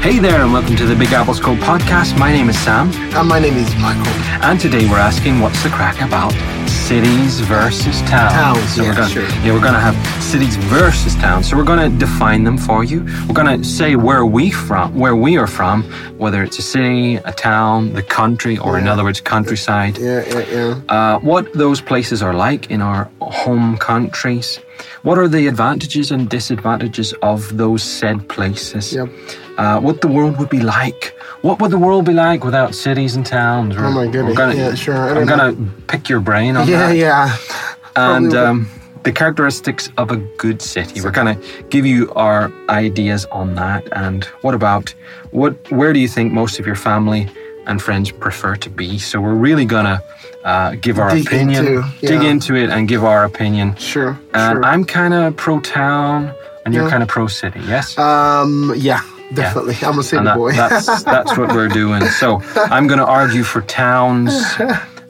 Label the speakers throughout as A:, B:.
A: Hey there, and welcome to the Big Apple's Cold podcast. My name is Sam,
B: And Uh, my name is Michael.
A: and today we're asking what's the crack about cities versus towns.
B: Towns,
A: so
B: yeah,
A: we're gonna,
B: sure.
A: yeah, we're gonna have cities versus towns. So we're gonna define them for you. We're gonna say where we from, where we are from, whether it's a city, a town, the country, or in other words, countryside.
B: Yeah, yeah, yeah.
A: uh, what those places are like in our home countries. What are the advantages and disadvantages of those said places?
B: Yep.
A: Uh, what the world would be like. What would the world be like without cities and towns?
B: Oh my goodness,
A: gonna,
B: yeah, sure, I
A: I'm
B: don't
A: going to pick your brain on
B: Yeah,
A: that.
B: yeah.
A: And
B: Uh, probably-
A: um, the characteristics of a good city. We're going to give you our ideas on that. And what about what? Where do you think most of your family and friends prefer to be? So we're really going to uh, give our
B: Dig
A: opinion,
B: into,
A: dig
B: yeah.
A: into it, and give our opinion.
B: Sure.
A: And
B: sure.
A: I'm kind of pro town, and you're
B: Yeah.
A: kind of pro city. Yes.
B: Um, yeah, definitely. I'm a city
A: uh, and uh, that-
B: boy.
A: that's that's what we're doing. So I'm going to argue for towns,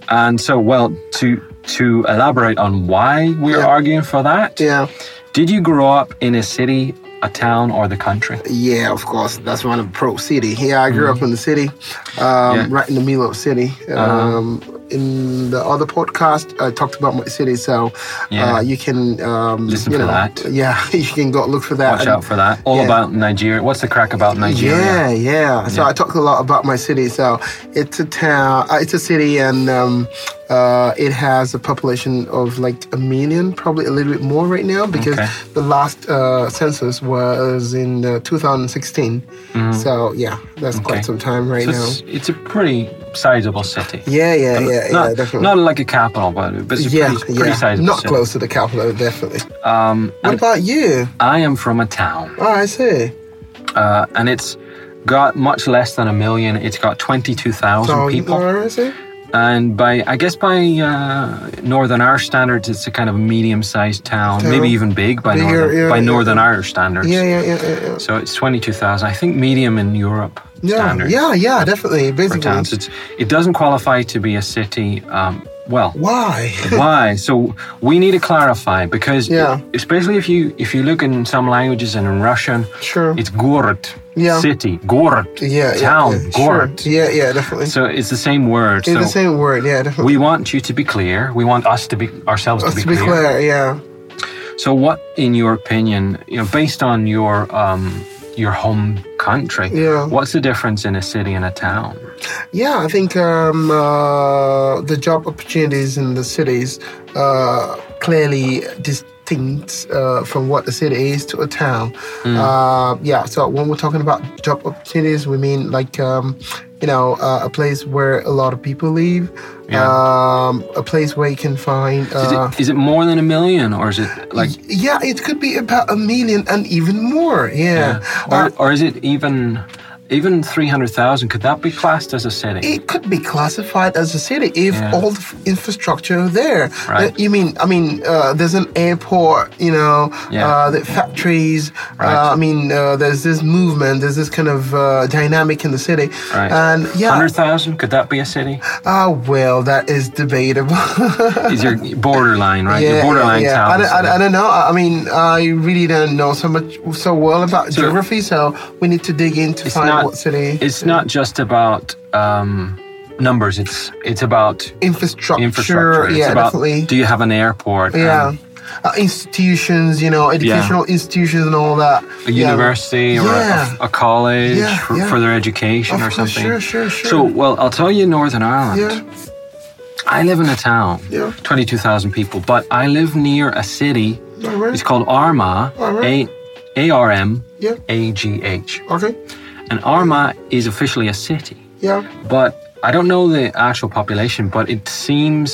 A: and so well to to elaborate on why we're
B: Yeah.
A: arguing for that.
B: yeah.
A: Did you grow up in a city, a town, or the country?
B: Yeah, of course. That's one of pro city. Yeah, I grew up in the city, um,
A: Mm-hmm. Yeah. Uh-huh.
B: right in the middle of city. Um, In the other podcast, I talked about my city, so
A: Yeah.
B: uh, you can um,
A: Listen
B: you
A: for
B: know,
A: that.
B: Yeah, you can go look for that.
A: Watch
B: And-
A: out for that. All
B: yeah.
A: about Nigeria. What's the crack about Nigeria?
B: Yeah, yeah. So I talk a lot about my city. So it's a town, uh, it's a city, and um, uh, it has a population of like a million, probably a little bit more right now because
A: Okay.
B: the last uh, census was in uh, 2016. So yeah, that's
A: Mm-hmm. Okay.
B: quite some time right
A: So
B: now.
A: it's, it's a pretty sizable city.
B: Yeah, yeah, yeah,
A: not,
B: yeah, definitely.
A: not like a capital, but, but it's a
B: yeah,
A: pretty, pretty
B: yeah,
A: sizable
B: not
A: city.
B: close to the capital, definitely.
A: Um,
B: What
A: and
B: about you?
A: I am from a town.
B: Oh, I see.
A: uh, and it's got much less than a million. It's got twenty-two thousand
B: So,
A: people,
B: oh, I see.
A: and by I guess by uh, Northern Irish standards, it's a kind of medium-sized town,
B: Town.
A: maybe even big by
B: Bigger,
A: Northern
B: yeah,
A: by
B: yeah.
A: Northern Irish standards.
B: Yeah, yeah, yeah, yeah. yeah.
A: So it's twenty-two thousand. I think medium in Europe
B: Yeah,
A: standards
B: yeah, yeah, definitely.
A: for
B: Basically,
A: towns. It's, it doesn't qualify to be a city. Um, well,
B: why?
A: why so we need to clarify because
B: Yeah.
A: especially if you if you look in some languages and in russian
B: Sure.
A: it's gorod
B: Yeah.
A: city gorod
B: yeah, yeah,
A: town
B: yeah,
A: gorod
B: Sure. Yeah, yeah, definitely.
A: so it's the same word
B: it's
A: so
B: the same word. Yeah, definitely.
A: we want you to be clear we want us to be ourselves
B: Let's
A: to be,
B: be
A: clear.
B: clear. Yeah.
A: so what in your opinion you know based on your um your home country
B: Yeah.
A: what's the difference in a city and a town
B: Yeah, I think um, uh, the job opportunities in the cities uh, clearly distinct uh, from what the city is to a town.
A: Mm.
B: Uh, yeah, so when we're talking about job opportunities, we mean like um, you know uh, a place where a lot of people live,
A: Yeah.
B: um, a place where you can find.
A: is,
B: Uh,
A: it, is it more than a million or is it like
B: yeah, it could be about a million and even more. Yeah.
A: or,
B: Uh,
A: or is it even even 300,000 could that be classed as a city
B: it could be classified as a city if
A: Yeah.
B: all the f- infrastructure are there.
A: Right.
B: Uh, You mean, I mean, uh, there's an airport, you know,
A: Yeah.
B: uh, the factories.
A: Right.
B: Uh, I mean, uh, there's this movement, there's this kind of uh, dynamic in the city.
A: Right.
B: And yeah,
A: 100,000 could that be a city
B: ah, well, that is debatable.
A: is your borderline right your borderline
B: yeah.
A: town
B: I, don't,
A: is
B: I,
A: a-
B: don't- I don't know. I I mean, I really don't know so much so well about geography, so we need to dig in to
A: it's
B: find
A: not
B: what city.
A: it's not just about um, numbers it's it's about
B: infrastructure.
A: infrastructure it's
B: yeah,
A: about
B: definitely.
A: do you have an airport and
B: yeah. Uh, institutions, you know, educational institutions and all that.
A: a
B: Yeah.
A: university or
B: Yeah.
A: a, a college
B: Yeah,
A: for,
B: yeah.
A: for their education
B: Of
A: or
B: course,
A: something
B: Sure, sure, sure.
A: so well I'll tell you Northern Ireland
B: yeah,
A: I live in a town
B: Yeah.
A: 22,000 people but I live near a city
B: all right.
A: It's called Arma,
B: Alright.
A: A R M
B: Yeah.
A: A G H.
B: okay.
A: And Arma is officially a city,
B: Yeah,
A: but I don't know the actual population, but it seems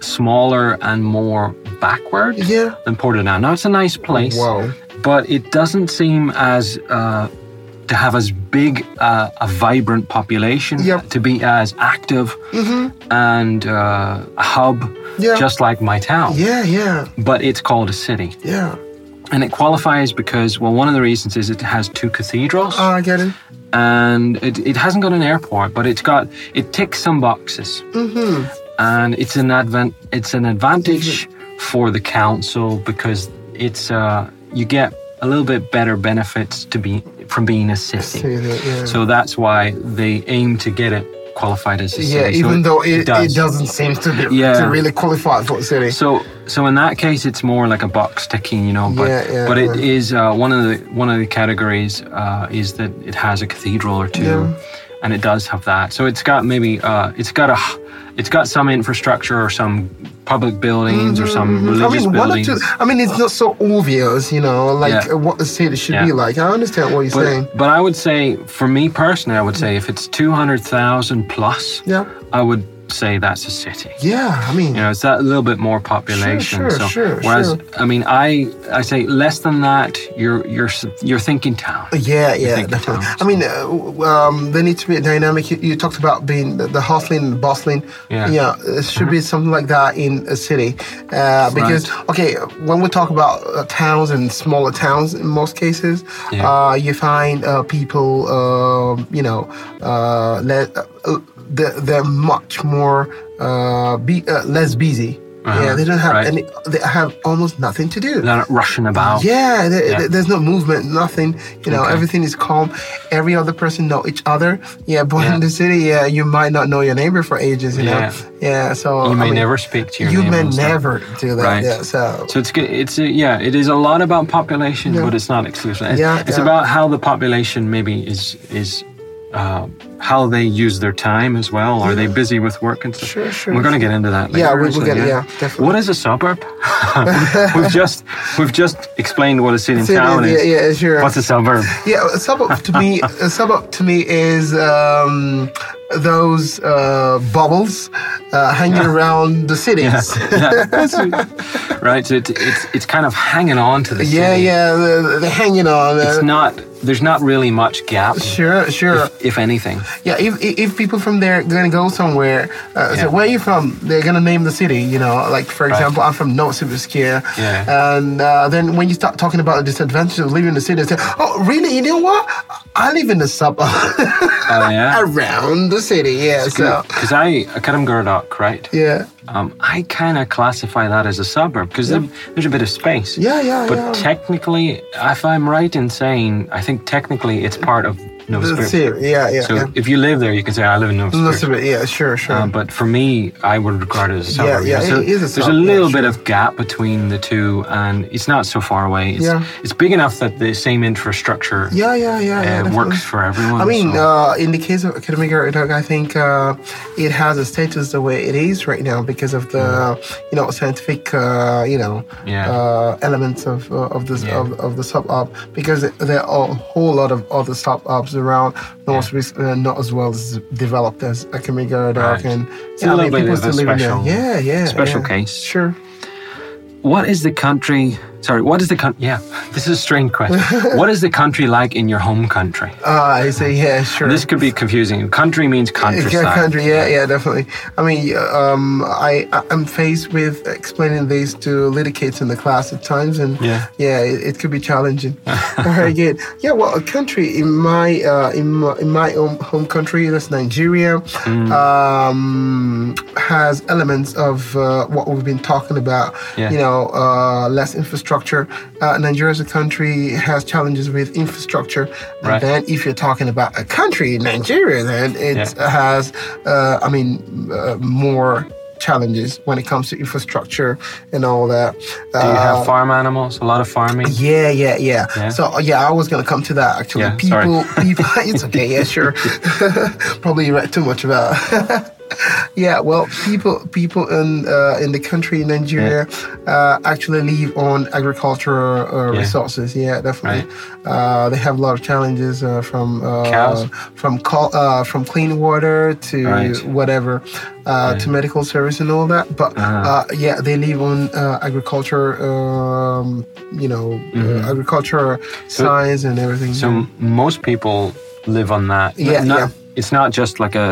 A: smaller and more backward
B: yeah.
A: than Portadown. Now it's a nice place,
B: Wow.
A: but it doesn't seem as uh, to have as big uh, a vibrant population,
B: Yep. Mm-hmm.
A: to be as active and uh, a hub,
B: Yeah.
A: just like my town.
B: Yeah, yeah,
A: But it's called a city.
B: yeah.
A: And it qualifies because, well, one of the reasons is it has two cathedrals
B: Ah, I get it.
A: and it, it hasn't got an airport, but it's got, it ticks some boxes.
B: Mm-hmm.
A: And it's an advan it's an advantage for the council because it's, uh, you get a little bit better benefits to be from being a city.
B: Say that, yeah.
A: So that's why they aim to get it qualified as a
B: yeah,
A: city. So
B: even though it,
A: does.
B: it doesn't seem to be,
A: Yeah.
B: to really qualify for a city.
A: So, so in that case, it's more like a box ticking, you know. But
B: Yeah, yeah,
A: but it
B: yeah.
A: is uh, one of the one of the categories uh, is that it has a cathedral or two,
B: Yeah.
A: and it does have that. So it's got maybe uh, it's got a h- it's got some infrastructure or some public buildings or some
B: Mm-hmm, I
A: religious
B: mean, one or
A: buildings.
B: two. I mean, it's not so obvious, you know, like
A: Yeah.
B: uh, what a city should
A: Yeah.
B: be like. I understand what you're saying.
A: But, but I would say, for me personally, I would say if it's two hundred thousand plus,
B: Yeah,
A: I would say that's a city.
B: yeah. I mean,
A: You know, it's that little bit more population.
B: sure,
A: so,
B: sure,
A: whereas,
B: sure.
A: I mean, I I say less than that, you're you're s- you're thinking town.
B: Yeah, yeah.
A: think it
B: definitely.
A: counts.
B: I mean, uh, w- um, there needs to be a dynamic. You, you talked about being the, the house lane and the boss lane.
A: Yeah. Uh-huh.
B: it should be something like that in a city. Uh, because, okay, when we talk about uh, towns and smaller towns in most cases,
A: Yeah.
B: uh, you find uh, people, um, you know, uh, le- uh, uh, they're, they're much more uh, be- uh, less busy.
A: Uh-huh,
B: Yeah, they don't have
A: right.
B: any, they have almost nothing to do.
A: They're not rushing about.
B: Yeah, there,
A: Yeah.
B: there- there's no movement, nothing. You know,
A: Okay.
B: everything is calm. Every other person know each other. Yeah, but
A: Yeah.
B: in the city, yeah, you might not know your neighbor for ages. You
A: Yeah.
B: know, yeah. So
A: You
B: I
A: may
B: mean,
A: never speak to your
B: You
A: neighbor
B: may
A: and stuff.
B: never do that.
A: Right.
B: Yeah. So.
A: So it's good. It's a, yeah. It is a lot about population,
B: Yeah.
A: but it's not exclusive. It's,
B: Yeah,
A: it's
B: yeah.
A: about how the population maybe is is uh, how they use their time as well. Are they busy with work and stuff?
B: Sure, sure,
A: We're going to
B: sure.
A: get into that.
B: Yeah,
A: later,
B: we- we'll
A: actually,
B: get- yeah, definitely.
A: What is a suburb? we've just we've just explained what a city and
B: City,
A: town
B: yeah,
A: is.
B: yeah, sure.
A: What's a suburb?
B: yeah, a suburb to me, a suburb to me is um, those uh, bubbles uh, hanging around the cities.
A: Yeah, that's- right. So it's, it's it's kind of hanging on to the
B: Yeah, yeah,
A: city.
B: they're, they're hanging on. uh,
A: It's not. There's not really much gap,
B: sure, sure.
A: if, if anything.
B: Yeah, if, if- if people from there are gonna go somewhere, uh,
A: Yeah.
B: so where are you from? They're gonna name the city, you know. Like for example, I'm from Novosibirsk,
A: Yeah.
B: and uh, then when you start talking about the disadvantage of living in the city, they say, "Oh, really? You know what? I live in the suburb
A: Oh yeah.
B: around the city." Yeah, so
A: Because I Karam Gurdok, right?
B: yeah,
A: Um, I kind of classify that as a suburb because there's a bit of space.
B: Yeah, yeah,
A: But
B: yeah.
A: technically, if I'm right in saying, I think technically it's part of Nova
B: the
A: Scotia.
B: city. Yeah, yeah,
A: So
B: yeah.
A: if you live there, you can say I live in Nova Scotia.
B: Novosibirsk, yeah, sure, sure.
A: Um, but for me, I would regard it as a
B: Yeah,
A: suburb.
B: yeah,
A: So
B: it is a
A: there's
B: suburb,
A: a little
B: yeah,
A: bit
B: sure.
A: of gap between the two, and it's not so far away. It's,
B: Yeah.
A: it's big enough that the same infrastructure
B: yeah, yeah, yeah. yeah
A: uh,
B: definitely.
A: works for everyone.
B: I mean,
A: so-
B: uh, in the case of academic art, I think uh, it has a status the way it is right now because of the you know scientific uh, you know
A: Yeah.
B: uh, elements of uh, of this
A: Yeah.
B: of, of the sub up because there are a whole lot of other sub ups around North Swiss, uh, not as well as developed as academic art
A: Right.
B: and
A: It's a little bit of a special-
B: Yeah, yeah,
A: special
B: yeah.
A: case.
B: Sure.
A: what is the country? Sorry, what is the country? Yeah, this is a strange question. what is the country like in your home country?
B: Uh, I say yeah, sure.
A: This could be confusing. Country means countryside.
B: Yeah, country. Yeah, yeah, definitely. I mean, um, I I- I'm faced with explaining this to little kids in the class at times, and
A: Yeah.
B: it, it could be challenging. Very good. Yeah, well, a country in my uh, in my, in my own home country, that's Nigeria,
A: Mm.
B: um, has elements of uh, what we've been talking about.
A: Yeah.
B: You know, uh, less infrastructure. Uh, Nigeria as a country has challenges with infrastructure, and
A: Right.
B: then if you're talking about a country, Nigeria, then it
A: Yeah.
B: has, uh, I mean, uh, more challenges when it comes to infrastructure and all that.
A: Do you
B: Uh,
A: have farm animals? A lot of farming.
B: yeah, yeah, yeah,
A: Yeah?
B: So uh, yeah, I was gonna come to that actually.
A: Yeah, sorry.
B: people, people, it's okay. Yeah, sure. Probably read too much about. yeah, well, people, people in uh, in the country in Nigeria uh, actually live on agricultural uh,
A: Yeah.
B: resources. Yeah, definitely. Uh, they have a lot of challenges uh, from uh,
A: Cows?
B: from col- uh, from clean water to
A: Right.
B: whatever uh, to medical service and all that. But
A: Ah.
B: uh, yeah, they live on uh, agriculture, um, you know, uh,
A: Mm-hmm.
B: agriculture, science, and everything.
A: So m- most people live on that. N-
B: Yeah,
A: not-
B: yeah.
A: It's not just like a.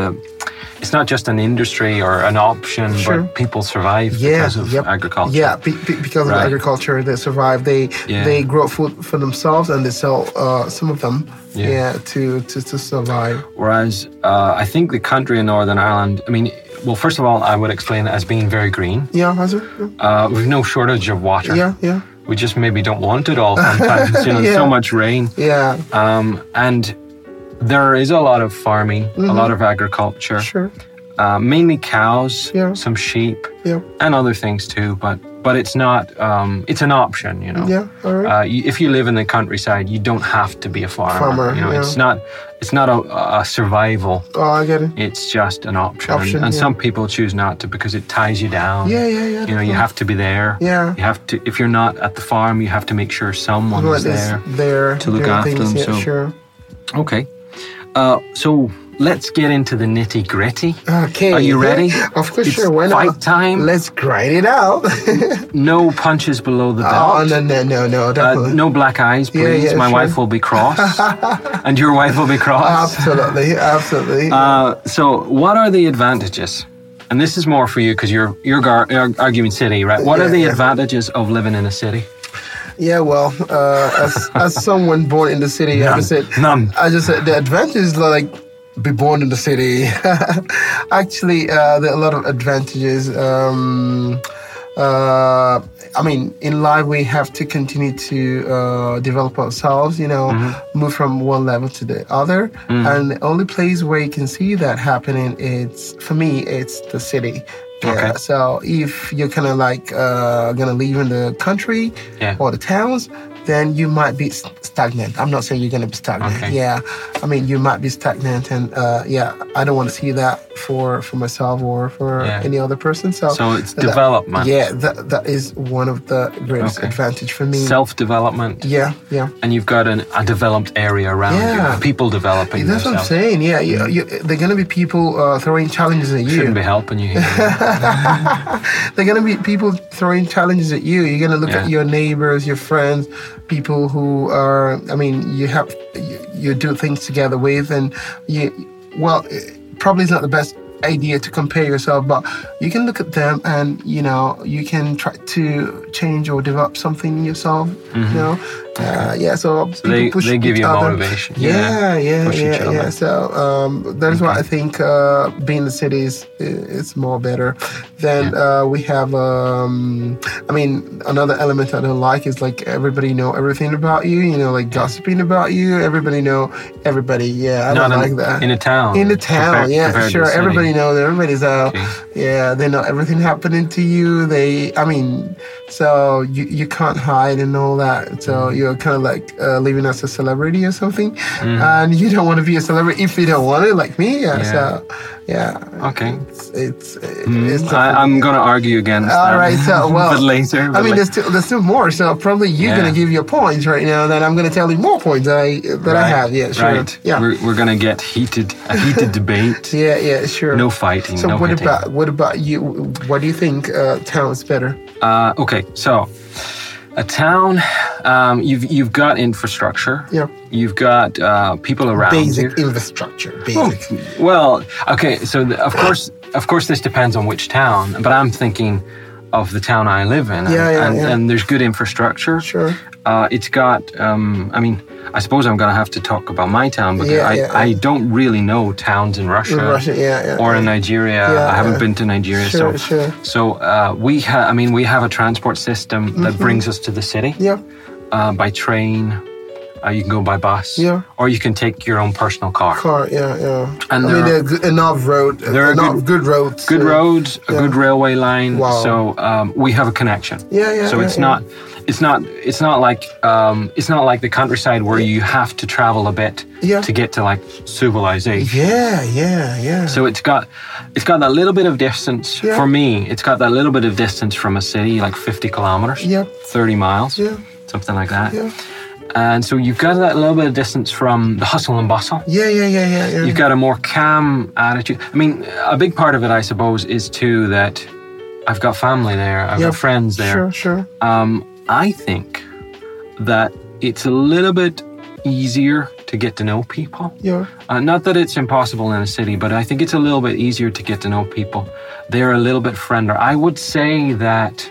A: It's not just an industry or an option,
B: Sure.
A: but people survive
B: yeah,
A: because of
B: yep.
A: agriculture.
B: Yeah, be, be- because
A: Right.
B: of agriculture, they survive. They
A: Yeah.
B: they grow food for themselves and they sell uh, some of them.
A: Yeah.
B: Yeah, to, to to survive.
A: Whereas uh, I think the country in Northern Ireland. I mean, well, first of all, I would explain it as being very green.
B: Yeah, that's it.
A: Uh, we've no shortage of water.
B: yeah, yeah.
A: we just maybe don't want it all sometimes. you know,
B: Yeah.
A: so much rain.
B: Yeah,
A: Um, and there is a lot of farming, a lot of agriculture,
B: Mm-hmm. sure.
A: uh, mainly cows,
B: Yeah.
A: some sheep,
B: Yeah,
A: and other things too. But but it's not. Um, it's an option, you know.
B: yeah, all right.
A: Uh, you, if you live in the countryside, you don't have to be a farmer.
B: Farmer,
A: you know,
B: yeah.
A: it's not. It's not a, a survival.
B: oh, I get it.
A: It's just an option, And-
B: Option,
A: and
B: yeah.
A: some people choose not to because it ties you down.
B: Yeah, yeah, yeah.
A: You know, you have to be there.
B: Yeah.
A: You have to. If you're not at the farm, you have to make sure someone
B: What
A: is there.
B: there
A: to look
B: doing
A: after
B: things,
A: them,
B: Yeah,
A: so-
B: sure.
A: Okay. Uh, so let's get into the nitty gritty.
B: Okay.
A: Are you ready?
B: Of course,
A: It's
B: sure. Why not?
A: fight time.
B: Let's grind it out.
A: No punches below the
B: oh
A: belt.
B: no no no no!
A: Uh,
B: definitely.
A: no black eyes,
B: Yeah,
A: please.
B: yeah,
A: My
B: sure. Uh,
A: wife will be cross, and your wife will be cross.
B: Absolutely, absolutely.
A: Uh, so, what are the advantages? And this is more for you because you're you're, gar- you're arguing city, right? What are
B: Yeah,
A: the
B: yeah.
A: advantages of living in a city?
B: yeah, well, uh, as, as someone born in the city, I just said,
A: None.
B: I just said the advantage is like be born in the city. Actually, uh, there are a lot of advantages. Um, uh, I mean, in life we have to continue to uh, develop ourselves. You know,
A: Mm-hmm.
B: move from one level to the other.
A: Mm.
B: And the only place where you can see that happening, it's for me, it's the city. Yeah,
A: Okay.
B: So if you're kind of like uh, gonna live in the country
A: Yeah.
B: or the towns, then you might be s- stagnant. I'm not saying you're gonna be stagnant.
A: Okay.
B: Yeah, I mean you might be stagnant, and uh, yeah, I don't want to see that for for myself or for
A: Yeah.
B: any other person. So
A: So it's
B: that-
A: development.
B: Yeah, that that is one of the greatest
A: Okay.
B: advantage for me.
A: Self development,
B: yeah, yeah.
A: and you've got an, a developed area around
B: Yeah.
A: you. People developing
B: That's what I'm
A: themselves
B: saying. Yeah, you,
A: Mm-hmm.
B: you, they're gonna be people uh, throwing challenges at you.
A: shouldn't be helping you. Here.
B: They're gonna be people throwing challenges at you. You're gonna look
A: Yeah.
B: at your neighbors, your friends, people who are. I mean, you have you, you do things together with, and you. Well, eh, probably it's not the best idea to compare yourself, but you can look at them, and you know you can try to change or develop something in yourself. You know, uh, yeah. So, people
A: Mm-hmm. they-
B: push
A: they give
B: each
A: you
B: other.
A: motivation.
B: Yeah,
A: Yeah.
B: yeah,
A: Push each
B: yeah, yeah.
A: other.
B: So um, that's why I think uh, being in the city is it's more better. Then uh, we have, um, I mean, another element I don't like is like everybody know everything about you. You know, like gossiping about you. Everybody know everybody. Yeah, I
A: Not
B: don't
A: in,
B: like that.
A: in a town.
B: In the town,
A: Um, compared-
B: yeah,
A: compared to
B: sure.
A: a city.
B: Everybody knows. Everybody's out.
A: Okay.
B: Yeah, they know everything happening to you. They, I mean, so you you can't hide and all that. So
A: Mm.
B: you're kind of like uh, living as a celebrity or something, and you don't want to be a celebrity if you don't want it, like me. Yeah.
A: Mm-hmm. Yeah.
B: So, yeah.
A: Okay.
B: It's it's, it's
A: Mm, I, I'm going to argue against
B: All
A: that.
B: right, so, well,
A: but later.
B: I
A: but
B: mean,
A: la-
B: there's still, there's still more. So probably you're
A: Yeah.
B: gonna give your points right now. Then I'm gonna tell you more points that I that I have. Yeah, sure.
A: Right.
B: Yeah.
A: We're, we're going to get heated, a heated debate.
B: yeah, yeah, sure.
A: No fighting.
B: So
A: no
B: what
A: hitting.
B: about what about you? What do you think uh, town's better?
A: Uh, okay, so a town, um, you've you've got infrastructure.
B: Yeah.
A: You've got uh, people around
B: Basic
A: you.
B: infrastructure. Basic.
A: Well, okay, so the, of course, of course, this depends on which town, but I'm thinking of the town I live in. And,
B: Yeah, yeah,
A: and,
B: yeah.
A: and there's good infrastructure.
B: Sure.
A: Uh, it's got. Um, I mean, I suppose I'm going to have to talk about my town because
B: Yeah,
A: I,
B: yeah, uh,
A: I don't really know towns in Russia,
B: In Russia, yeah, yeah.
A: or in Nigeria.
B: Yeah,
A: I haven't
B: yeah.
A: been to Nigeria,
B: Sure,
A: so
B: sure.
A: so uh, we. Ha- I mean, we have a transport system that brings us to the city
B: Mm-hmm. Yeah.
A: uh, by train. Uh, you can go by bus,
B: Yeah.
A: or you can take your own personal car.
B: Car. Yeah, yeah.
A: And
B: I
A: there
B: mean,
A: are-
B: there are good, enough road.
A: There are
B: enough
A: good-
B: good, roads.
A: Good
B: uh,
A: roads, a good railway line.
B: Wow.
A: So um, we have a connection.
B: Yeah, yeah,
A: So
B: yeah,
A: it's
B: yeah.
A: not, it's not, it's not like um, it's not like the countryside where you have to travel a bit
B: Yeah.
A: to get to like civilization.
B: Yeah, yeah, yeah.
A: So it's got, it's got that little bit of distance
B: Yeah.
A: for me. It's got that little bit of distance from a city, like fifty kilometers,
B: Yeah.
A: thirty miles,
B: Yeah.
A: something like that.
B: yeah.
A: And so you've got that little bit of distance from the hustle and bustle
B: Yeah, yeah, yeah, yeah, yeah.
A: you've got a more calm attitude. I mean, a big part of it, I suppose, is too that I've got family there, I've
B: Yeah,
A: got friends there.
B: Sure, sure.
A: Um, I think that it's a little bit easier to get to know people.
B: Yeah.
A: Uh, not that it's impossible in a city, but I think it's a little bit easier to get to know people. They're a little bit friendlier. I would say that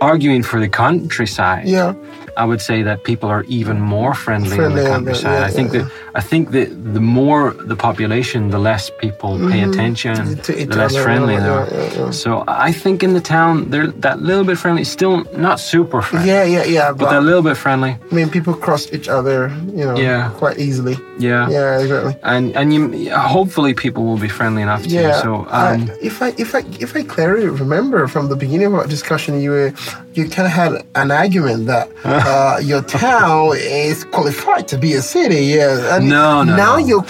A: arguing for the countryside
B: Yeah.
A: I would say that people are even more friendly, in
B: Friendly on
A: the
B: the-
A: countryside.
B: yeah,
A: I think
B: yeah,
A: that I think that the more the population, the less people pay attention,
B: Mm-hmm. To each
A: the less
B: other,
A: friendly
B: yeah,
A: they are.
B: yeah, yeah.
A: So I think in the town they're that little bit friendly, still not super friendly,
B: Yeah, yeah, yeah. But,
A: but they're a little bit friendly.
B: I mean, people cross each other, you know,
A: Yeah.
B: quite easily.
A: Yeah.
B: Yeah, exactly.
A: And and you hopefully people will be friendly enough to
B: Yeah.
A: you. So
B: I-
A: um,
B: if I if I if I clearly remember from the beginning of our discussion, you were you kind of had an argument that uh, your town is qualified to be a city. Yeah. And
A: No, no,
B: Now
A: no.
B: you're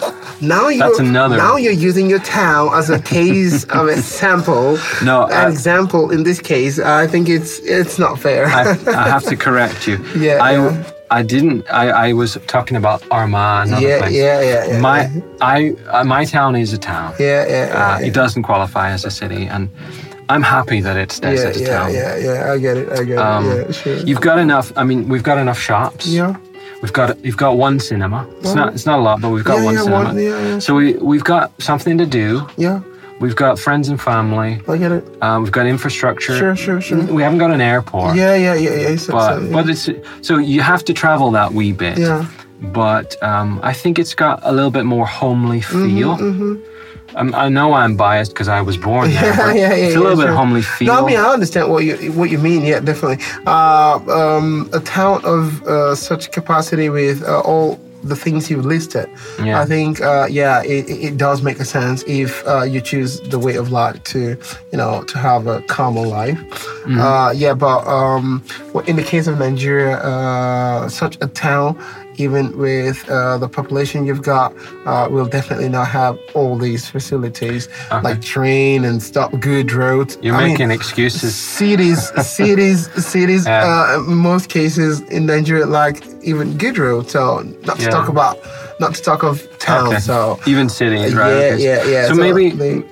B: now you're
A: That's another-
B: now you're using your town as a case of a sample.
A: No,
B: an
A: I-
B: example in this case. I think it's it's not fair.
A: I, I have to correct you.
B: Yeah,
A: I,
B: yeah.
A: I didn't. I, I was talking about Armagh. Another
B: yeah,
A: place.
B: yeah, yeah, yeah.
A: My I uh, my town is a town.
B: yeah, yeah, yeah,
A: Uh,
B: Ah, yeah.
A: It doesn't qualify as a city, and I'm happy that it stays
B: yeah,
A: as a
B: yeah,
A: town.
B: yeah, yeah. I get it. I get
A: Um,
B: it. Yeah, sure.
A: You've got enough. I mean, we've got enough shops.
B: yeah,
A: We've got you've got one cinema. It's not it's not a lot, but we've got
B: Yeah,
A: one
B: yeah,
A: cinema.
B: one- yeah, yeah.
A: So we we've got something to do.
B: yeah.
A: We've got friends and family.
B: I get it.
A: Uh, we've got infrastructure.
B: Sure, sure, sure.
A: We haven't got an airport.
B: Yeah, yeah, yeah, yeah. It's
A: But
B: it's-
A: but it's so you have to travel that wee bit.
B: yeah,
A: But um, I think it's got a little bit more homely
B: Mm-hmm,
A: feel. Um, I know I'm biased because I was born there.
B: yeah,
A: but
B: yeah, yeah.
A: it's a little
B: yeah,
A: bit
B: sure.
A: homely feel.
B: No, I mean I understand what you what you mean. Yeah, definitely. Uh, um, a town of uh, such capacity with uh, all the things you've listed,
A: Yeah.
B: I think uh, yeah, it, it it does make a sense if uh, you choose the way of life to you know to have a calmer life.
A: Mm-hmm.
B: Uh, yeah, but um, well, in the case of Nigeria, uh, such a town. Even with uh, the population you've got, uh, will definitely not have all these facilities like train and stuff, good roads.
A: You're
B: I mean,
A: making excuses.
B: cities, cities, cities.
A: Yeah.
B: Uh, most cases in Nigeria, like even good roads. So not to
A: Yeah.
B: talk about, not to talk of town.
A: Okay.
B: So
A: Even cities, right?
B: yeah,
A: Okay.
B: yeah, yeah.
A: So, maybe
B: they-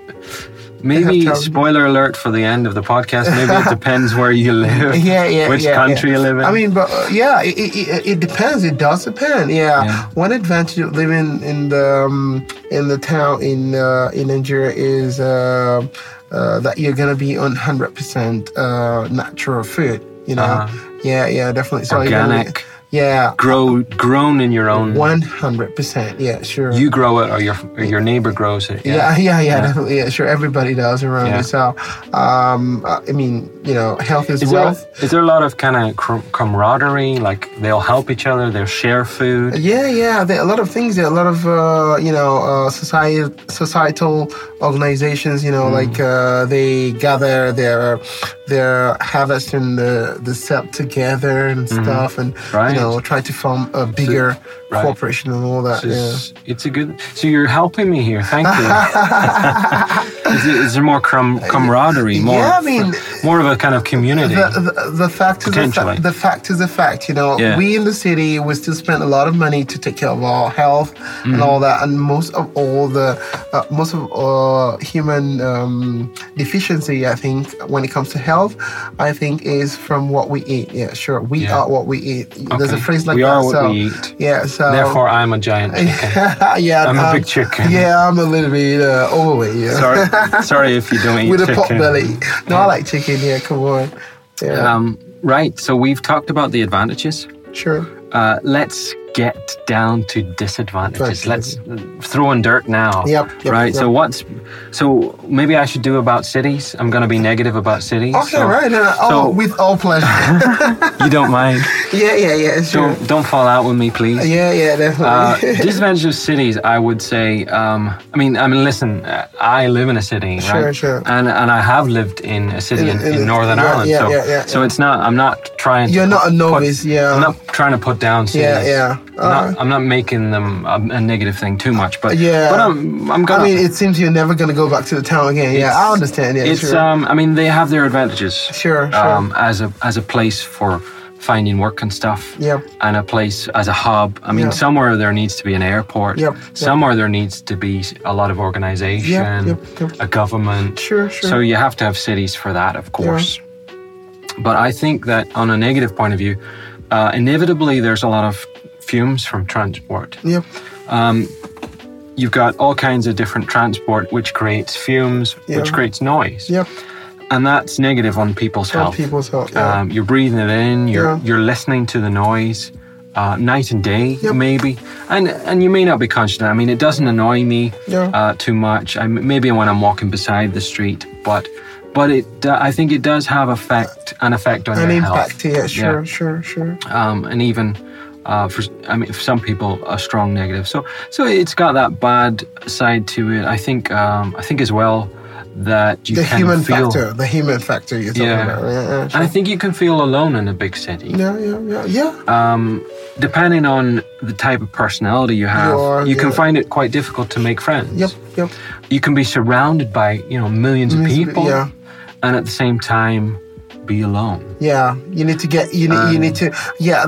A: Maybe
B: They have to-
A: spoiler alert for the end of the podcast. Maybe it depends where you live.
B: Yeah, yeah,
A: Which
B: yeah,
A: country
B: yeah.
A: you live in.
B: I mean, but uh, yeah, it, it, it- it depends. It does depend. Yeah.
A: Yeah.
B: One advantage of living in the um, in the town in uh, in Nigeria is uh, uh, that you're gonna be on hundred percent uh, natural food. You know.
A: Uh-huh.
B: Yeah, yeah, definitely. So you're gonna-
A: organic,
B: Yeah.
A: grow grown in your own.
B: One hundred percent. Yeah, sure.
A: You grow it, or your or your neighbor grows it.
B: yeah, yeah, yeah,
A: Yeah.
B: definitely. Yeah, sure. Everybody does around
A: Yeah.
B: me. So, um, uh, I mean, you know, health is,
A: Is there,
B: wealth.
A: is there a lot of kind of cr- camaraderie? Like they'll help each other, they'll share food.
B: Yeah, yeah. There are a lot of things. There are a lot of uh, you know uh, society societal organizations. You know,
A: Mm.
B: like uh, they gather their their harvest and the the set together and stuff, and
A: Mm-hmm. Right.
B: you know try to form a bigger
A: right.
B: corporation and all that.
A: So It's, it's a good. So you're helping me here. Thank you. is, it, is there more crum, camaraderie?
B: yeah.
A: More,
B: yeah, I mean.
A: more of a kind of community.
B: The, the, the fact is the,
A: Potentially.
B: fa- the fact is a fact. You know,
A: Yeah.
B: we in the city we still spend a lot of money to take care of our health
A: Mm-hmm.
B: and all that, and most of all the uh, most of uh, human um, deficiency, I think, when it comes to health, I think is from what we eat. Yeah, sure, we
A: Yeah.
B: are what we eat. There's a
A: Okay.
B: phrase like
A: We
B: that.
A: are what
B: so
A: we eat.
B: yeah, so
A: Therefore, I'm a giant chicken.
B: uh, yeah,
A: I'm a big chicken.
B: Yeah, I'm a little bit uh, overweight. Yeah,
A: sorry, sorry if you don't eat
B: with a
A: chicken.
B: pot belly. No, I like chicken. Yeah, come on. Yeah,
A: Um, right. So we've talked about the advantages.
B: sure.
A: Uh, let's get down to disadvantages.
B: Right.
A: Let's throw in dirt now.
B: Yep, yep,
A: right. So
B: yep.
A: what's so maybe I should do about cities. I'm going to be negative about cities.
B: Okay,
A: so-
B: right. No, no. Oh,
A: so-
B: with all pleasure.
A: You don't mind.
B: yeah, yeah, yeah, sure.
A: Don't don't fall out with me, please.
B: Yeah, yeah,
A: Uh,
B: definitely.
A: disadvantage of cities, I would say. Um, I mean, I mean, listen. uh, I live in a city,
B: Sure,
A: right?
B: sure.
A: And and I have lived in a city in,
B: In-
A: in
B: in-
A: Northern
B: yeah,
A: Ireland.
B: yeah,
A: so
B: yeah, yeah,
A: so
B: yeah.
A: it's not. I'm not trying. to
B: You're
A: put-
B: not a
A: put-
B: novice, yeah.
A: I'm not trying to put down cities.
B: yeah, yeah.
A: I'm
B: Uh,
A: not, I'm not making them a, a negative thing too much, but
B: Yeah.
A: but I'm I'm gonna.
B: I mean, it seems you're never going to go back to the town again. Yeah, I
A: uh, It's-
B: understand. Yeah,
A: it's
B: sure.
A: um. I mean, they have their advantages.
B: Sure, sure.
A: Um, as a as a place for finding work and stuff.
B: Yep.
A: And a place as a hub. I mean,
B: Yeah.
A: somewhere there needs to be an airport.
B: Yep, yep.
A: Somewhere there needs to be a lot of organization.
B: yep, yep.
A: A government.
B: Sure, sure.
A: So you have to have cities for that, of course. But I think that on a negative point of view, uh, inevitably there's a lot of fumes from transport.
B: yep.
A: You've got all kinds of different transport, which creates fumes,
B: Yeah.
A: which creates noise.
B: Yep.
A: and that's negative on people's
B: Help
A: health.
B: people's health. Yeah.
A: um, you're breathing it in. You're
B: Yeah.
A: you're listening to the noise, uh, night and day
B: Yep.
A: maybe, and and you may not be conscious. I mean, it doesn't annoy me
B: Yeah.
A: uh, too much. I, maybe when I'm walking beside the street, but but it do- I think it does have effect an effect on
B: An
A: your
B: impact.
A: health.
B: Yeah, sure, sure, sure.
A: um, and even. Uh, for I mean, for some people, a strong negative. So, so it's got that bad side to it. I think, um, I think as well that you
B: The
A: can
B: human
A: feel
B: factor. The human factor you're talking
A: Yeah.
B: about. Yeah, yeah,
A: and I
B: sure.
A: think you can feel alone in a big city.
B: yeah, yeah, yeah, yeah.
A: Um, depending on the type of personality you have,
B: You are,
A: you can
B: yeah.
A: find it quite difficult to make friends.
B: Yep, yep.
A: You can be surrounded by you know millions of
B: Millions of
A: people,
B: pe- yeah.
A: and at the same time, be alone.
B: Yeah, you need to get you need you need to yeah.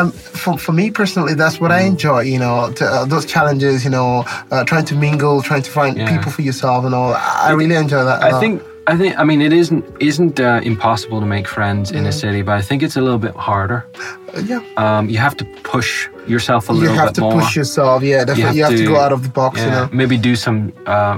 B: Um, for, for me personally, that's
A: mm.
B: what I enjoy. You know, to, uh, those challenges. You know, uh, trying to mingle, trying to find
A: Yeah.
B: people for yourself, and all. I really enjoy that. a
A: I
B: lot.
A: think. I think. I mean, it isn't isn't uh, impossible to make friends in a city, but I think it's a little bit harder.
B: Uh, yeah,
A: Um, you have to push yourself a
B: you
A: little
B: have
A: bit
B: to
A: more.
B: push yourself. Yeah, definitely. You have, to, go out of the box.
A: yeah,
B: You know.
A: Maybe do some, uh,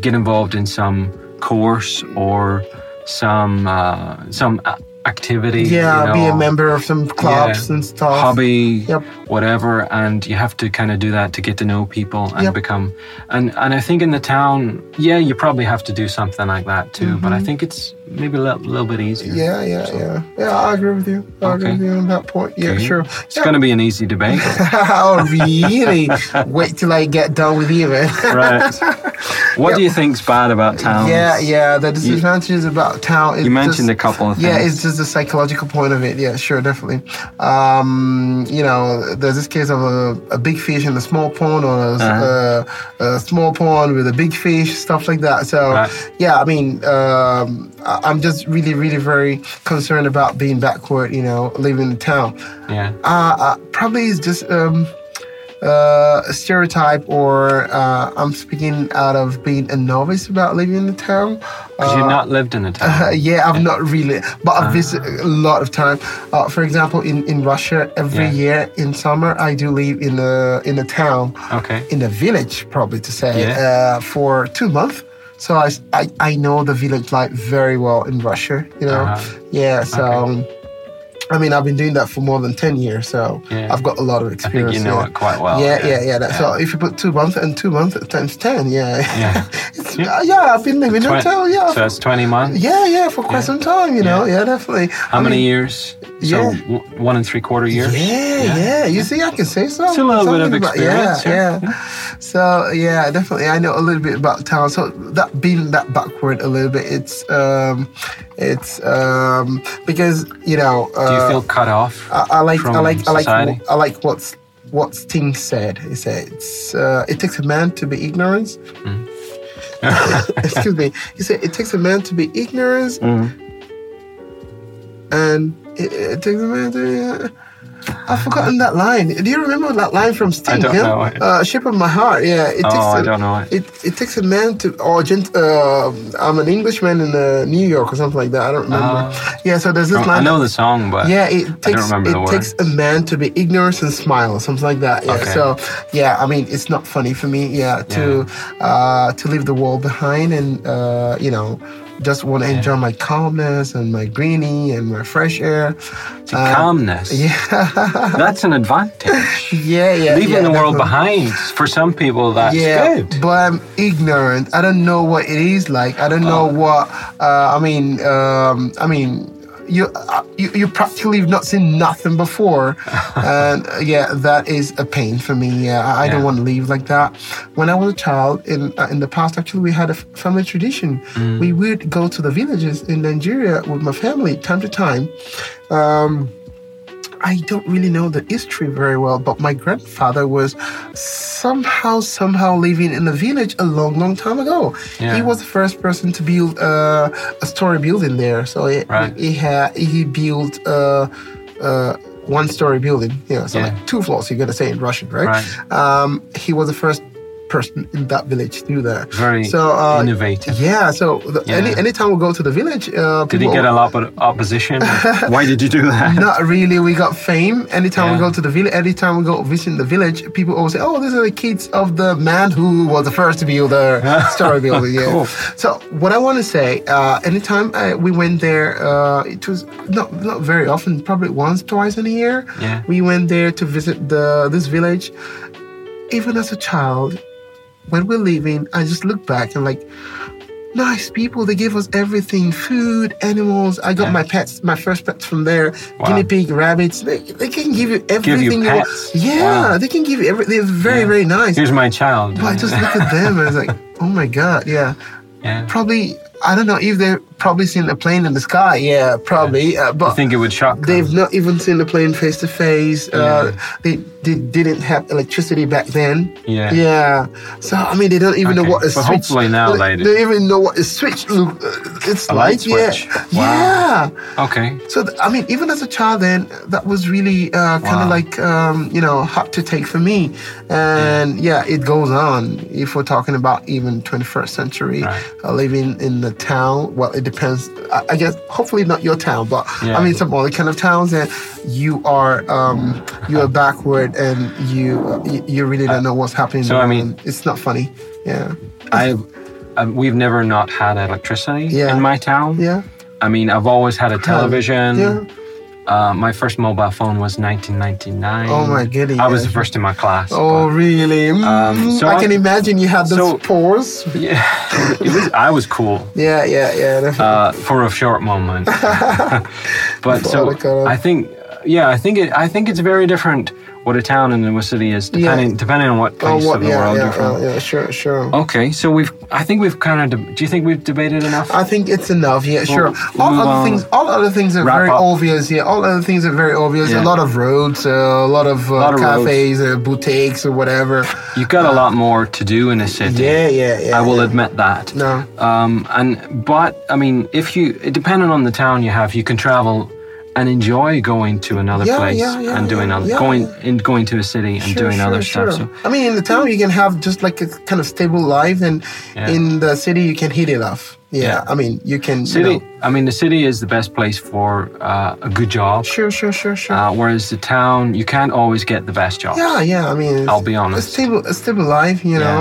A: get involved in some course or some uh, some a- activity.
B: Yeah,
A: you
B: be a
A: know,
B: member of some clubs
A: yeah,
B: and stuff.
A: Hobby,
B: Yep.
A: whatever, and you have to kind of do that to get to know people and
B: Yep.
A: become. And and I think in the town, yeah, you probably have to do something like that too. But I think it's maybe a little, little bit easier.
B: Mm-hmm. Yeah, yeah, yeah, yeah. I agree with you. I agree
A: Okay.
B: with you on that point. Yeah,
A: Okay.
B: sure.
A: It's going to be an easy debate,
B: oh, really? Wait till I get done with you, man.
A: right? What do you think's bad about towns?
B: Yeah, yeah. The disadvantages about town. Is
A: You mentioned
B: just,
A: a couple of
B: Yeah,
A: things.
B: it's just the psychological point of it. Yeah, sure, definitely. Um, you know, there's this case of a, a big fish in a small pond, or a, s-
A: Uh-huh.
B: uh, a small pond with a big fish, stuff like that. So,
A: Right.
B: yeah, I mean, um, I- I'm just really, really very concerned about being backward. You know, living in town.
A: yeah.
B: Uh, uh, probably it's just um, uh, a stereotype, or uh, I'm speaking out of being a novice about living in the town.
A: Because
B: Uh,
A: you've not lived in a town.
B: uh, yeah, I've not really, but I've visited a lot of time. Uh, for example, in, in Russia, every
A: Yeah.
B: year in summer, I do live in a in a town,
A: Okay.
B: in a village, probably to say,
A: Yeah.
B: uh, for two months. So I, s- I, I know the village life very well in Russia, you know.
A: Uh-huh.
B: Yeah, so. I mean, I've been doing that for more than 10 years, so
A: Yeah.
B: I've got a lot of
A: I think
B: experience.
A: you know
B: yeah.
A: it quite well.
B: yeah, yeah, yeah. That's So if you put two months and two months times 10, yeah.
A: Yeah.
B: it's,
A: Yeah.
B: yeah. yeah, I've been living in
A: Twen-
B: hotel, yeah.
A: So that's 20 months?
B: Yeah, yeah, for quite some time, you know. Yeah, definitely.
A: How many years? So
B: yeah.
A: w- one and three quarter years?
B: Yeah, yeah, You see, I can say so.
A: It's a little bit of
B: something about-
A: experience, yeah.
B: yeah, yeah. So yeah, definitely, I know a little bit about town. So that being that backward a little bit, it's um, it's um, because you know. Uh,
A: Do you feel cut off?
B: I, I like
A: from
B: I like I like
A: society?
B: I like what's what Sting said. He said it's uh, it takes a man to be ignorant.
A: Mm.
B: Excuse me. He said it takes a man to be ignorant,
A: Mm.
B: and it, it takes a man to. Uh, I've forgotten that line. Do you remember that line from Sting?
A: don't
B: yeah?
A: know it.
B: Uh, Shape of my heart. Yeah. It
A: Oh,
B: a-
A: I don't know it.
B: it, it takes a man to or gent, uh, I'm an Englishman in uh, New York or something like that. I don't remember. yeah. So there's this
A: Oh. I
B: line.
A: know the song, but
B: Yeah, it takes
A: remember the
B: it takes a man to be ignorant and smile, something like that. Yeah.
A: Okay.
B: So yeah, I mean it's not funny for me. Yeah, to Uh, to leave the world behind and uh, you know just want to enjoy my calmness and my greenie and my fresh air.
A: to
B: uh,
A: calmness. Yeah. that's an advantage.
B: Yeah, yeah.
A: Leaving
B: yeah,
A: the world
B: definitely.
A: behind, for some people, that's
B: yeah,
A: good.
B: but I'm ignorant. I don't know what it is like. I don't know
A: Oh.
B: what. Uh, I mean, um, I mean, you, uh, you you practically have not seen nothing before, and uh, yeah, that is a pain for me. Yeah, I, I
A: Yeah.
B: don't want to live like that. When I was a child, in uh, in the past, actually, we had a f- family tradition.
A: Mm.
B: We would go to the villages in Nigeria with my family time to time. Um, I don't really know the history very well, but my grandfather was somehow, somehow living in a village a long, long time ago.
A: Yeah.
B: He was the first person to build uh, a story building there. So he,
A: Right.
B: he had he built uh, uh, one story building. Yeah, so
A: Yeah.
B: like two floors. You're gonna say in Russian, right?
A: Right.
B: Um, he was the first person in that village do that.
A: Very
B: so uh,
A: innovative.
B: Yeah. So the, any
A: Yeah.
B: anytime we go to the village, uh,
A: Did he
B: people-
A: get a lot of opposition? Why did you do that?
B: Not really. We got fame. Anytime we
A: Yeah.
B: go to the village, anytime we go visit the village, people always say, "Oh, these are the kids of the man who was the first builder, story builder." Yeah.
A: Cool.
B: So what I want to say, uh, anytime I, we went there, uh, it was not not very often, probably once, twice in a year.
A: Yeah.
B: We went there to visit the this village. Even as a child, when we're leaving, I just look back and like, nice people. They gave us everything food, animals. I got
A: Yeah.
B: my pets, my first pets from there
A: Wow.
B: guinea pig, rabbits. They, they can give you everything want.
A: pets?
B: Yeah,
A: Wow.
B: they can give you everything. They're very,
A: Yeah.
B: very nice.
A: Here's my child.
B: but I just look at them and it's like, oh my God, yeah.
A: yeah.
B: Probably, I don't know if they've probably seen a plane in the sky. Yeah, probably. Uh,
A: I
B: but
A: think it would shock.
B: they've
A: them.
B: not even seen the plane face to face. Uh, They they didn't have electricity back then.
A: Yeah.
B: Yeah. So I mean, they don't even know
A: Okay.
B: what a
A: But
B: switch.
A: hopefully now
B: they,
A: they do.
B: don't even know what a switch look. uh, It's
A: A light
B: like
A: switch.
B: yeah,
A: Wow.
B: yeah.
A: Okay.
B: So th- I mean, even as a child, then that was really uh, kind
A: Wow.
B: of like um, you know hard to take for me. And yeah. it goes on. If we're talking about even 21st century
A: Right.
B: uh, living in the town, well, it depends. I, I guess hopefully not your town, but
A: Yeah.
B: I mean some other kind of towns that you are um, you are backward and you you- you really don't know what's happening.
A: Uh, So, I mean-
B: it's not funny. Yeah,
A: I've. Um, we've never not had electricity
B: Yeah.
A: in my town.
B: yeah,
A: I mean, I've always had a television.
B: yeah.
A: Uh, my first mobile phone was 1999.
B: Oh my goodness.
A: I was the first in my class.
B: Oh
A: but- um,
B: really? Mm,
A: so
B: I
A: I-
B: can imagine you had those
A: so-
B: pores.
A: yeah. It was, I was cool.
B: Yeah, yeah, yeah. definitely.
A: uh, for a short moment. but so
B: Before the cut-off.
A: I think, yeah, I think it, I think it's very different what a town and a city is depending depending on what
B: Oh,
A: place of the
B: yeah,
A: world
B: yeah,
A: you're from.
B: uh, yeah, sure, sure.
A: Okay, so we've I think we've kind of de- do you think we've debated enough?
B: I think it's enough. Yeah, sure.
A: we
B: All
A: move
B: other
A: on.
B: things, all other things are
A: Wrap
B: very
A: up.
B: obvious. Yeah, all other things are very obvious.
A: Yeah.
B: A lot of roads, uh, a lot of, uh,
A: Lot of roads.
B: cafes, uh, boutiques, or whatever.
A: You've got a lot more to do in a city.
B: Yeah, yeah, yeah.
A: I will
B: yeah.
A: admit that.
B: No.
A: Um, and but I mean, if you depending on the town you have, you can travel and enjoy going to another
B: Yeah,
A: place
B: yeah, yeah,
A: and doing
B: yeah,
A: other
B: yeah,
A: going and going to a city and
B: Sure,
A: doing
B: sure,
A: other stuff.
B: sure.
A: So
B: I mean, in the town you can have just like a kind of stable life, and
A: Yeah.
B: in the city you can hit it off. Yeah,
A: Yeah.
B: I mean you can.
A: city,
B: You know,
A: I mean, the city is the best place for uh, a good job,
B: sure, sure, sure, sure.
A: uh, whereas the town you can't always get the best job.
B: Yeah, yeah. I mean, it's-
A: I'll be
B: A
A: honest.
B: stable, a stable life, you know.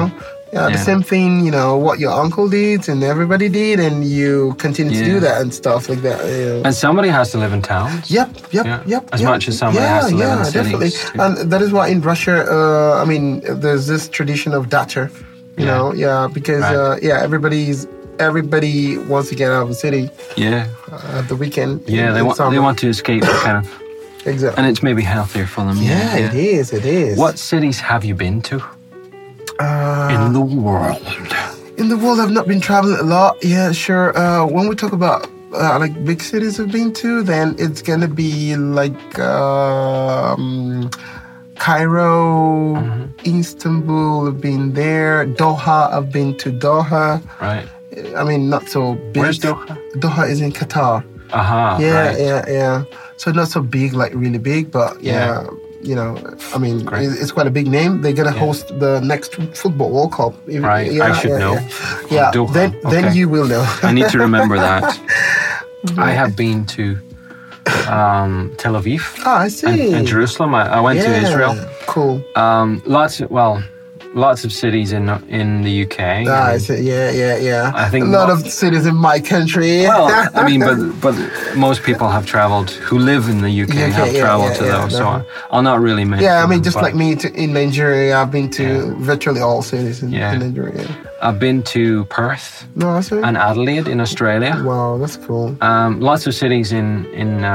B: Yeah, the
A: Yeah.
B: same thing, you know, what your uncle did and everybody did, and you continue to
A: Yeah.
B: do that and stuff like that. you know.
A: And somebody has to live in towns.
B: Yep, yep,
A: Yeah,
B: yep.
A: as
B: yep.
A: much as somebody has to live in
B: yeah,
A: cities,
B: definitely.
A: too.
B: And that is why in Russia, uh, I mean, there's this tradition of dacha, you
A: Yeah.
B: know, yeah, because
A: Right.
B: uh, yeah, everybody's everybody wants to get out of the city
A: Yeah,
B: uh, at the weekend.
A: yeah,
B: in-
A: they
B: in
A: want they
B: summer.
A: want to escape the kind of,
B: exactly.
A: and it's maybe healthier for them.
B: yeah, it is. It is.
A: What cities have you been to
B: Uh,
A: in the world?
B: in the world i've not been traveling a lot yeah sure uh, when we talk about uh, like big cities i've been to then it's gonna be like um, cairo
A: Mm-hmm.
B: istanbul i've been there doha i've been to doha
A: Right.
B: i mean not so big
A: Where's Doha?
B: doha is in qatar
A: Aha.
B: yeah
A: Uh-huh, right.
B: yeah yeah so not so big like really big but
A: Yeah.
B: yeah, you know i mean
A: Great.
B: it- it's quite a big name they're gonna host the next football world cup If-
A: Right, I should know.
B: yeah,
A: Doha,
B: then then
A: okay.
B: you will know.
A: I need to remember that. I have been to um, Tel Aviv
B: ah, I
A: and,
B: see.
A: and Jerusalem. I, I went to
B: Yeah,
A: Israel.
B: Cool.
A: Um, lots of, well, lots of cities in in the UK.
B: Ah, I
A: and-
B: see. Yeah, yeah, yeah.
A: I think
B: a lot
A: mo-
B: of cities in my country.
A: well, I mean, but but most people have traveled who live in the UK,
B: UK,
A: have
B: yeah,
A: traveled
B: yeah,
A: to
B: yeah,
A: those. So
B: definitely.
A: I- I'll not really mention.
B: yeah, I mean,
A: them,
B: just
A: but
B: like me to, in Nigeria, I've been to virtually all cities in,
A: Yeah.
B: in Nigeria.
A: I've been to Perth
B: No, I see.
A: and Adelaide in Australia.
B: wow, that's cool.
A: Um, lots of cities in in uh,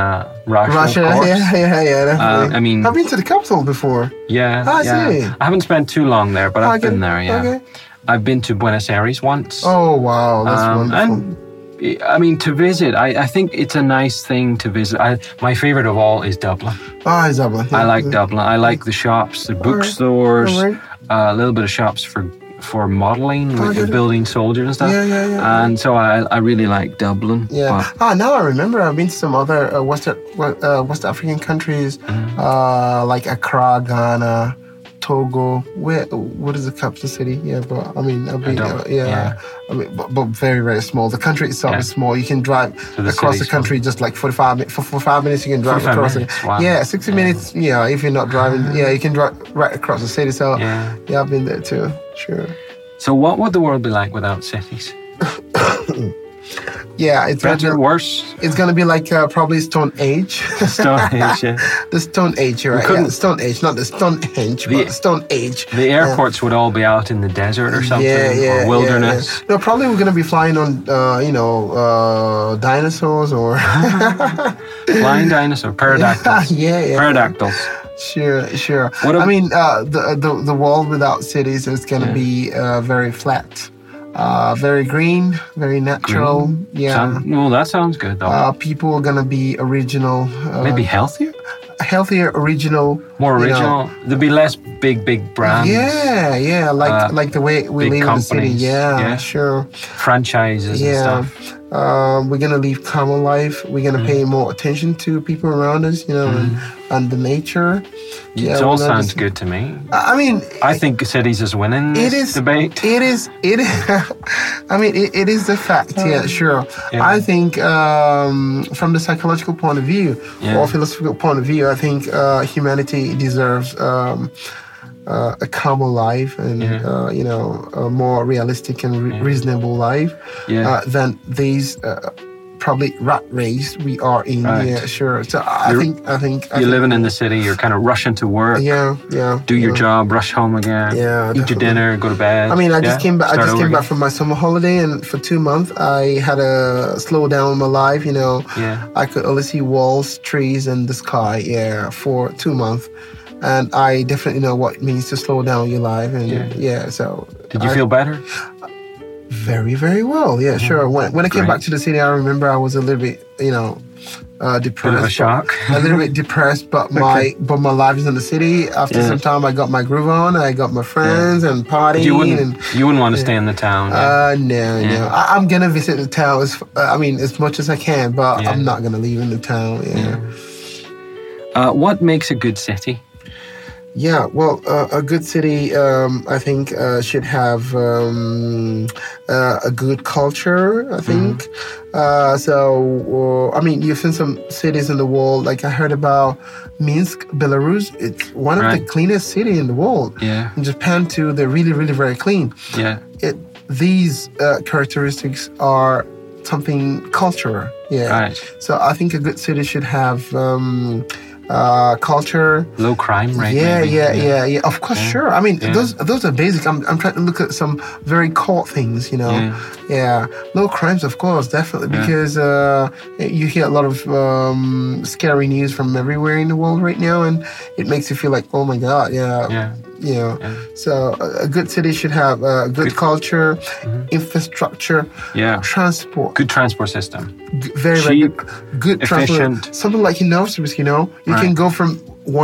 A: Russia.
B: Russia,
A: of course. Uh,
B: yeah, yeah, yeah. Definitely.
A: I mean-
B: I've been to the capital before.
A: Yeah,
B: Ah, I
A: yeah.
B: see.
A: I haven't spent too long there, but I've
B: Okay,
A: been there. Yeah,
B: okay.
A: I've been to Buenos Aires once.
B: Oh wow, that's
A: Um,
B: wonderful.
A: And I mean, to visit, I, I think it's a nice thing to visit. I, my favorite of all is Dublin.
B: ah, it's Dublin.
A: I like
B: that.
A: Dublin. I like the shops, the bookstores,
B: Alright.
A: uh, a little bit of shops for for modeling with the
B: Okay.
A: building soldiers and stuff.
B: Yeah, yeah, yeah.
A: And so I, I really like Dublin.
B: Yeah.
A: but-
B: Ah, now I remember. I've been to some other
A: Mm.
B: uh, West uh, West African countries, uh, like Accra, uh, Ghana, Togo. Where? What is the capital city? Yeah, but I mean, I mean,
A: Andorra,
B: uh, yeah,
A: yeah.
B: I mean, but, but very very small. The country itself
A: Yeah.
B: is small. You can drive
A: So the
B: across the
A: city's
B: country just like forty five minutes. For, for five minutes, you can drive
A: 45
B: across.
A: minutes,
B: it.
A: wow.
B: Yeah, sixty
A: Yeah.
B: minutes. Yeah, if you're not driving, yeah, you can drive right across the city. So yeah,
A: Yeah.
B: I've been there too. Sure.
A: So what would the world be like without cities?
B: Yeah, it's gonna
A: Better,
B: be,
A: worse?
B: it's gonna be like uh, probably Stone Age.
A: Stone Age, yeah.
B: The Stone Age, you're right? Yeah,
A: couldn't-
B: Stone Age, not the Stonehenge,
A: The-
B: but Stone Age.
A: The airports would all be out in the desert or something, or wilderness.
B: yeah. No, probably we're gonna be flying on, uh, you know, uh, dinosaurs or
A: Flying dinosaur, pterodactyls.
B: yeah, yeah.
A: Pterodactyls.
B: Sure, sure.
A: What ab-
B: I mean, uh, the, the the world without cities is gonna
A: Yeah.
B: be uh, very flat, uh, very green, very natural. Yeah.
A: Sound- well, that sounds good though.
B: uh, people are gonna be original, uh,
A: Maybe healthier,
B: healthier, original,
A: more
B: you know.
A: original. There'd be less big, big brands,
B: Yeah, yeah, like
A: uh,
B: like the way we
A: big
B: live in the city.
A: companies,
B: Yeah,
A: yeah.
B: sure.
A: franchises and
B: Yeah,
A: stuff. Mm.
B: um, we're gonna leave common life. We're gonna pay more attention to people around us, you know, and, and the nature. Yeah,
A: it Mm. all
B: we're not
A: sounds
B: just-
A: good to me.
B: I I mean,
A: I think cities is winning
B: It
A: this
B: is-
A: debate.
B: it is it. I mean, it, it is the fact. Yeah, sure.
A: yeah.
B: I think um, from the psychological point of view
A: Yeah.
B: or philosophical point of view, I think uh, humanity deserves. Um, uh, a calmer life and
A: Yeah.
B: uh, you know a more realistic and re- reasonable life
A: Yeah.
B: uh, than these uh, probably rat race we are in.
A: Right.
B: Yeah, sure. So I
A: You're-
B: think I think I
A: You're
B: think-
A: living in the city. You're kind of rushing to work,
B: Yeah, yeah.
A: do your
B: yeah.
A: job, rush home again,
B: Yeah,
A: eat your
B: definitely.
A: dinner, go to bed.
B: I mean, I just
A: yeah,
B: came back. I
A: start
B: just
A: over
B: came back
A: again.
B: from my summer holiday, and for two months, I had a slow down my life. You know,
A: Yeah.
B: I could only see walls, trees, and the sky. Yeah, for two months, and I definitely know what it means to slow down your life. And
A: Yeah.
B: yeah, so
A: Did you
B: I-
A: feel better?
B: very, very well? Yeah, sure. When when I came
A: Great.
B: back to the city, I remember I was a little bit, you know, uh,
A: Bit
B: depressed.
A: of a
B: but-
A: shock.
B: a little bit depressed, but my but my life is in the city. After
A: Yeah.
B: some time, I got my groove on. I got my friends and partying.
A: you wouldn't.
B: and,
A: You wouldn't want to stay in the town. yeah.
B: uh, no, no.
A: Yeah.
B: I, I'm gonna visit the town. As, uh, I mean, as much as I can, but
A: Yeah.
B: I'm not gonna leave in the town. Yeah.
A: Yeah.
B: Yeah.
A: Uh, what makes a good city?
B: well, uh, a good city, um, I think, uh, should have um, uh, a good culture. I
A: Mm-hmm.
B: think. Uh, so, uh, I mean, you've seen some cities in the world. Like I heard about Minsk, Belarus. It's one of
A: Right.
B: the cleanest city in the world.
A: Yeah,
B: In Japan too, they're really, really very clean.
A: yeah,
B: it, these uh, characteristics are something cultural. Yeah.
A: right.
B: So I think a good city should have um, uh, culture.
A: Low crime rate.
B: yeah,
A: maybe.
B: yeah, yeah, yeah, Of course,
A: Yeah.
B: sure. I mean,
A: Yeah.
B: those those are basic. I'm, I'm trying to look at some very core things, you know.
A: Yeah.
B: Yeah. No crimes, of course, definitely,
A: Yeah.
B: because uh, you hear a lot of um, scary news from everywhere in the world right now, and it makes you feel like, oh my god,
A: yeah,
B: you
A: yeah,
B: know. So a a good city should have uh, good,
A: Good-
B: culture,
A: Mhm.
B: infrastructure,
A: yeah.
B: transport,
A: Good transport system.
B: g- very very
A: cheap,
B: good, good transport.
A: efficient.
B: Something like in Novsibirsk, you know, you can
A: Right.
B: go from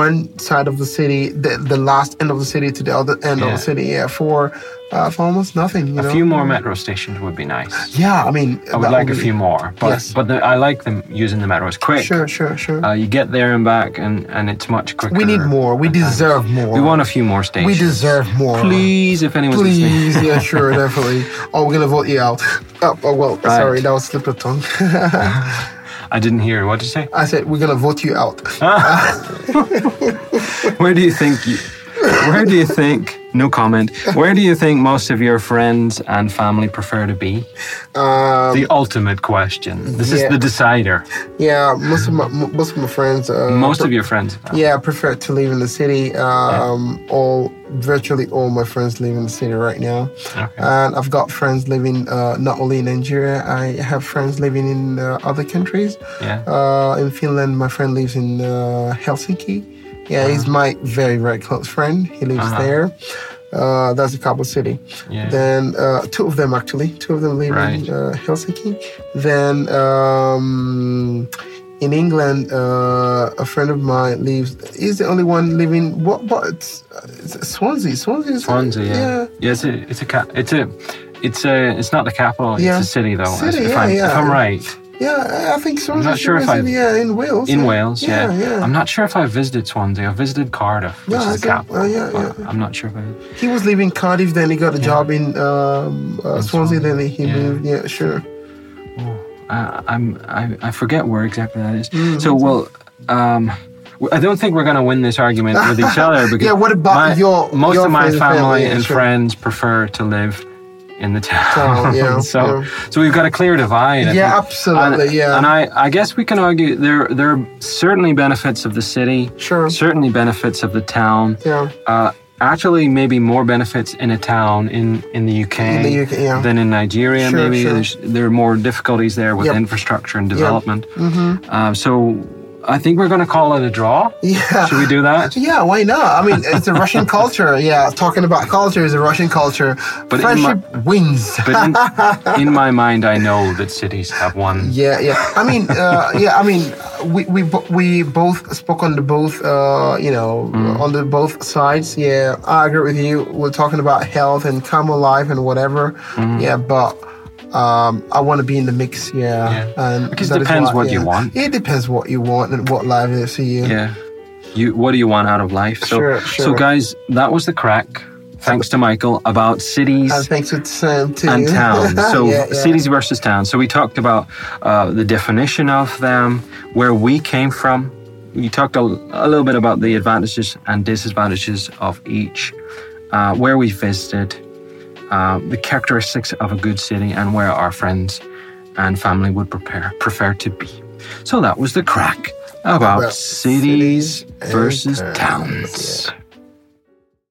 B: one side of the city, the, the last end of the city, to the other end of
A: Yeah.
B: the city, yeah, for uh, for almost nothing. You
A: A
B: know?
A: few more metro stations would be nice.
B: Yeah, I mean,
A: I would
B: that
A: like a
B: would be-
A: few more, but
B: Yes.
A: but the, I like them using the metro. It's quick.
B: Sure, sure, sure.
A: Uh, you get there and back, and and it's much quicker.
B: we need more. We
A: sometimes.
B: deserve more.
A: uh, We want a few more stations.
B: We deserve more.
A: Please, if anyone's listening.
B: Please, yeah, sure, definitely. Oh, we're gonna vote you out. Oh, oh well, sorry, that was slip of tongue.
A: I didn't hear. What did you say?
B: I said, we're gonna vote you out.
A: Where do you think you? Where do you think? No comment. Where do you think most of your friends and family prefer to be?
B: Um,
A: the ultimate question. This
B: yeah.
A: is the decider.
B: yeah, most of my m- most of my friends. Uh,
A: Most
B: pre-
A: of your friends.
B: Yeah, I prefer to live in the city. Um, All virtually all my friends live in the city right now,
A: Okay.
B: and I've got friends living uh, not only in Nigeria. I have friends living in uh, other countries.
A: Yeah.
B: Uh, in Finland, my friend lives in uh, Helsinki. Yeah, he's my very very close friend. He lives
A: Uh-huh.
B: there. Uh, that's a couple city.
A: Yeah.
B: Then uh, two of them actually, two of them live
A: Right.
B: in uh, Helsinki. Then um, in England, uh, a friend of mine lives. He's the only one living. What? What? It's, it's Swansea. Swansea. Is
A: Swansea. Yeah. Yeah. it's a. It's a. Ca- it's a. It's a. It's not the capital.
B: Yeah.
A: It's a city, though.
B: City,
A: if,
B: yeah,
A: I'm, if
B: yeah.
A: I'm right.
B: Yeah, I- I think Swansea.
A: not sure if
B: is
A: I-
B: in- yeah, in Wales.
A: In
B: yeah.
A: Wales, yeah.
B: yeah, yeah.
A: I'm not sure if I visited Swansea. I visited Cardiff, which
B: Yeah,
A: is the
B: I think-
A: capital.
B: uh, yeah,
A: but
B: yeah.
A: I'm not sure if I.
B: He was living Cardiff, then he got a job in um, uh, Swansea,
A: Swansea,
B: then he
A: yeah.
B: moved. Yeah, sure.
A: I I'm, I, I forget where exactly that is.
B: Mm,
A: so, well, um, w- I don't think we're going to win this argument with each other because
B: Yeah, what about
A: my-
B: your-
A: most
B: your
A: of my
B: friends'
A: family,
B: family, yeah,
A: and
B: sure.
A: friends prefer to live in the town.
B: Town, yeah,
A: so,
B: yeah.
A: so we've got a clear divide. I
B: Yeah,
A: think.
B: absolutely,
A: And,
B: yeah.
A: and I, I guess we can argue there there are certainly benefits of the city.
B: Sure.
A: Certainly benefits of the town.
B: Yeah.
A: Uh, actually, maybe more benefits in a town in, in the UK,
B: In the UK, yeah.
A: than in Nigeria.
B: Sure,
A: maybe
B: sure.
A: There's, there are more difficulties there with
B: Yep. Mm-hmm.
A: infrastructure and development. Um, so I think we're going to call it a draw.
B: Yeah.
A: Should we do that?
B: Yeah, why not? I mean, it's a Russian culture. Yeah, talking about culture is a Russian culture.
A: But in
B: Friendship wins.
A: But in, in my mind, I know that cities have one.
B: Yeah, yeah. I mean, uh, yeah. I mean, we we bo- we both spoke on the both, uh, you know,
A: Mm.
B: on the both sides. Yeah, I agree with you. We're talking about health and come alive and whatever.
A: Mm-hmm.
B: Yeah, but um, I want to be in the mix. Yeah,
A: Yeah.
B: and
A: Because it
B: that is
A: depends what you want.
B: It depends what you want and what life is for you.
A: Yeah. You, what do you want out of life? So,
B: Sure,
A: so
B: sure.
A: guys, that was the crack. Thanks to Michael about cities.
B: And thanks to Sam too.
A: and town. So
B: Yeah, yeah.
A: cities versus towns. So we talked about uh, the definition of them, where we came from. We talked a, a little bit about the advantages and disadvantages of each, uh, where we visited, uh, the characteristics of a good city, and where our friends and family would prepare, prefer to be. So that was the crack about
B: About
A: cities
B: cities and
A: versus
B: towns,
A: towns.
B: yeah.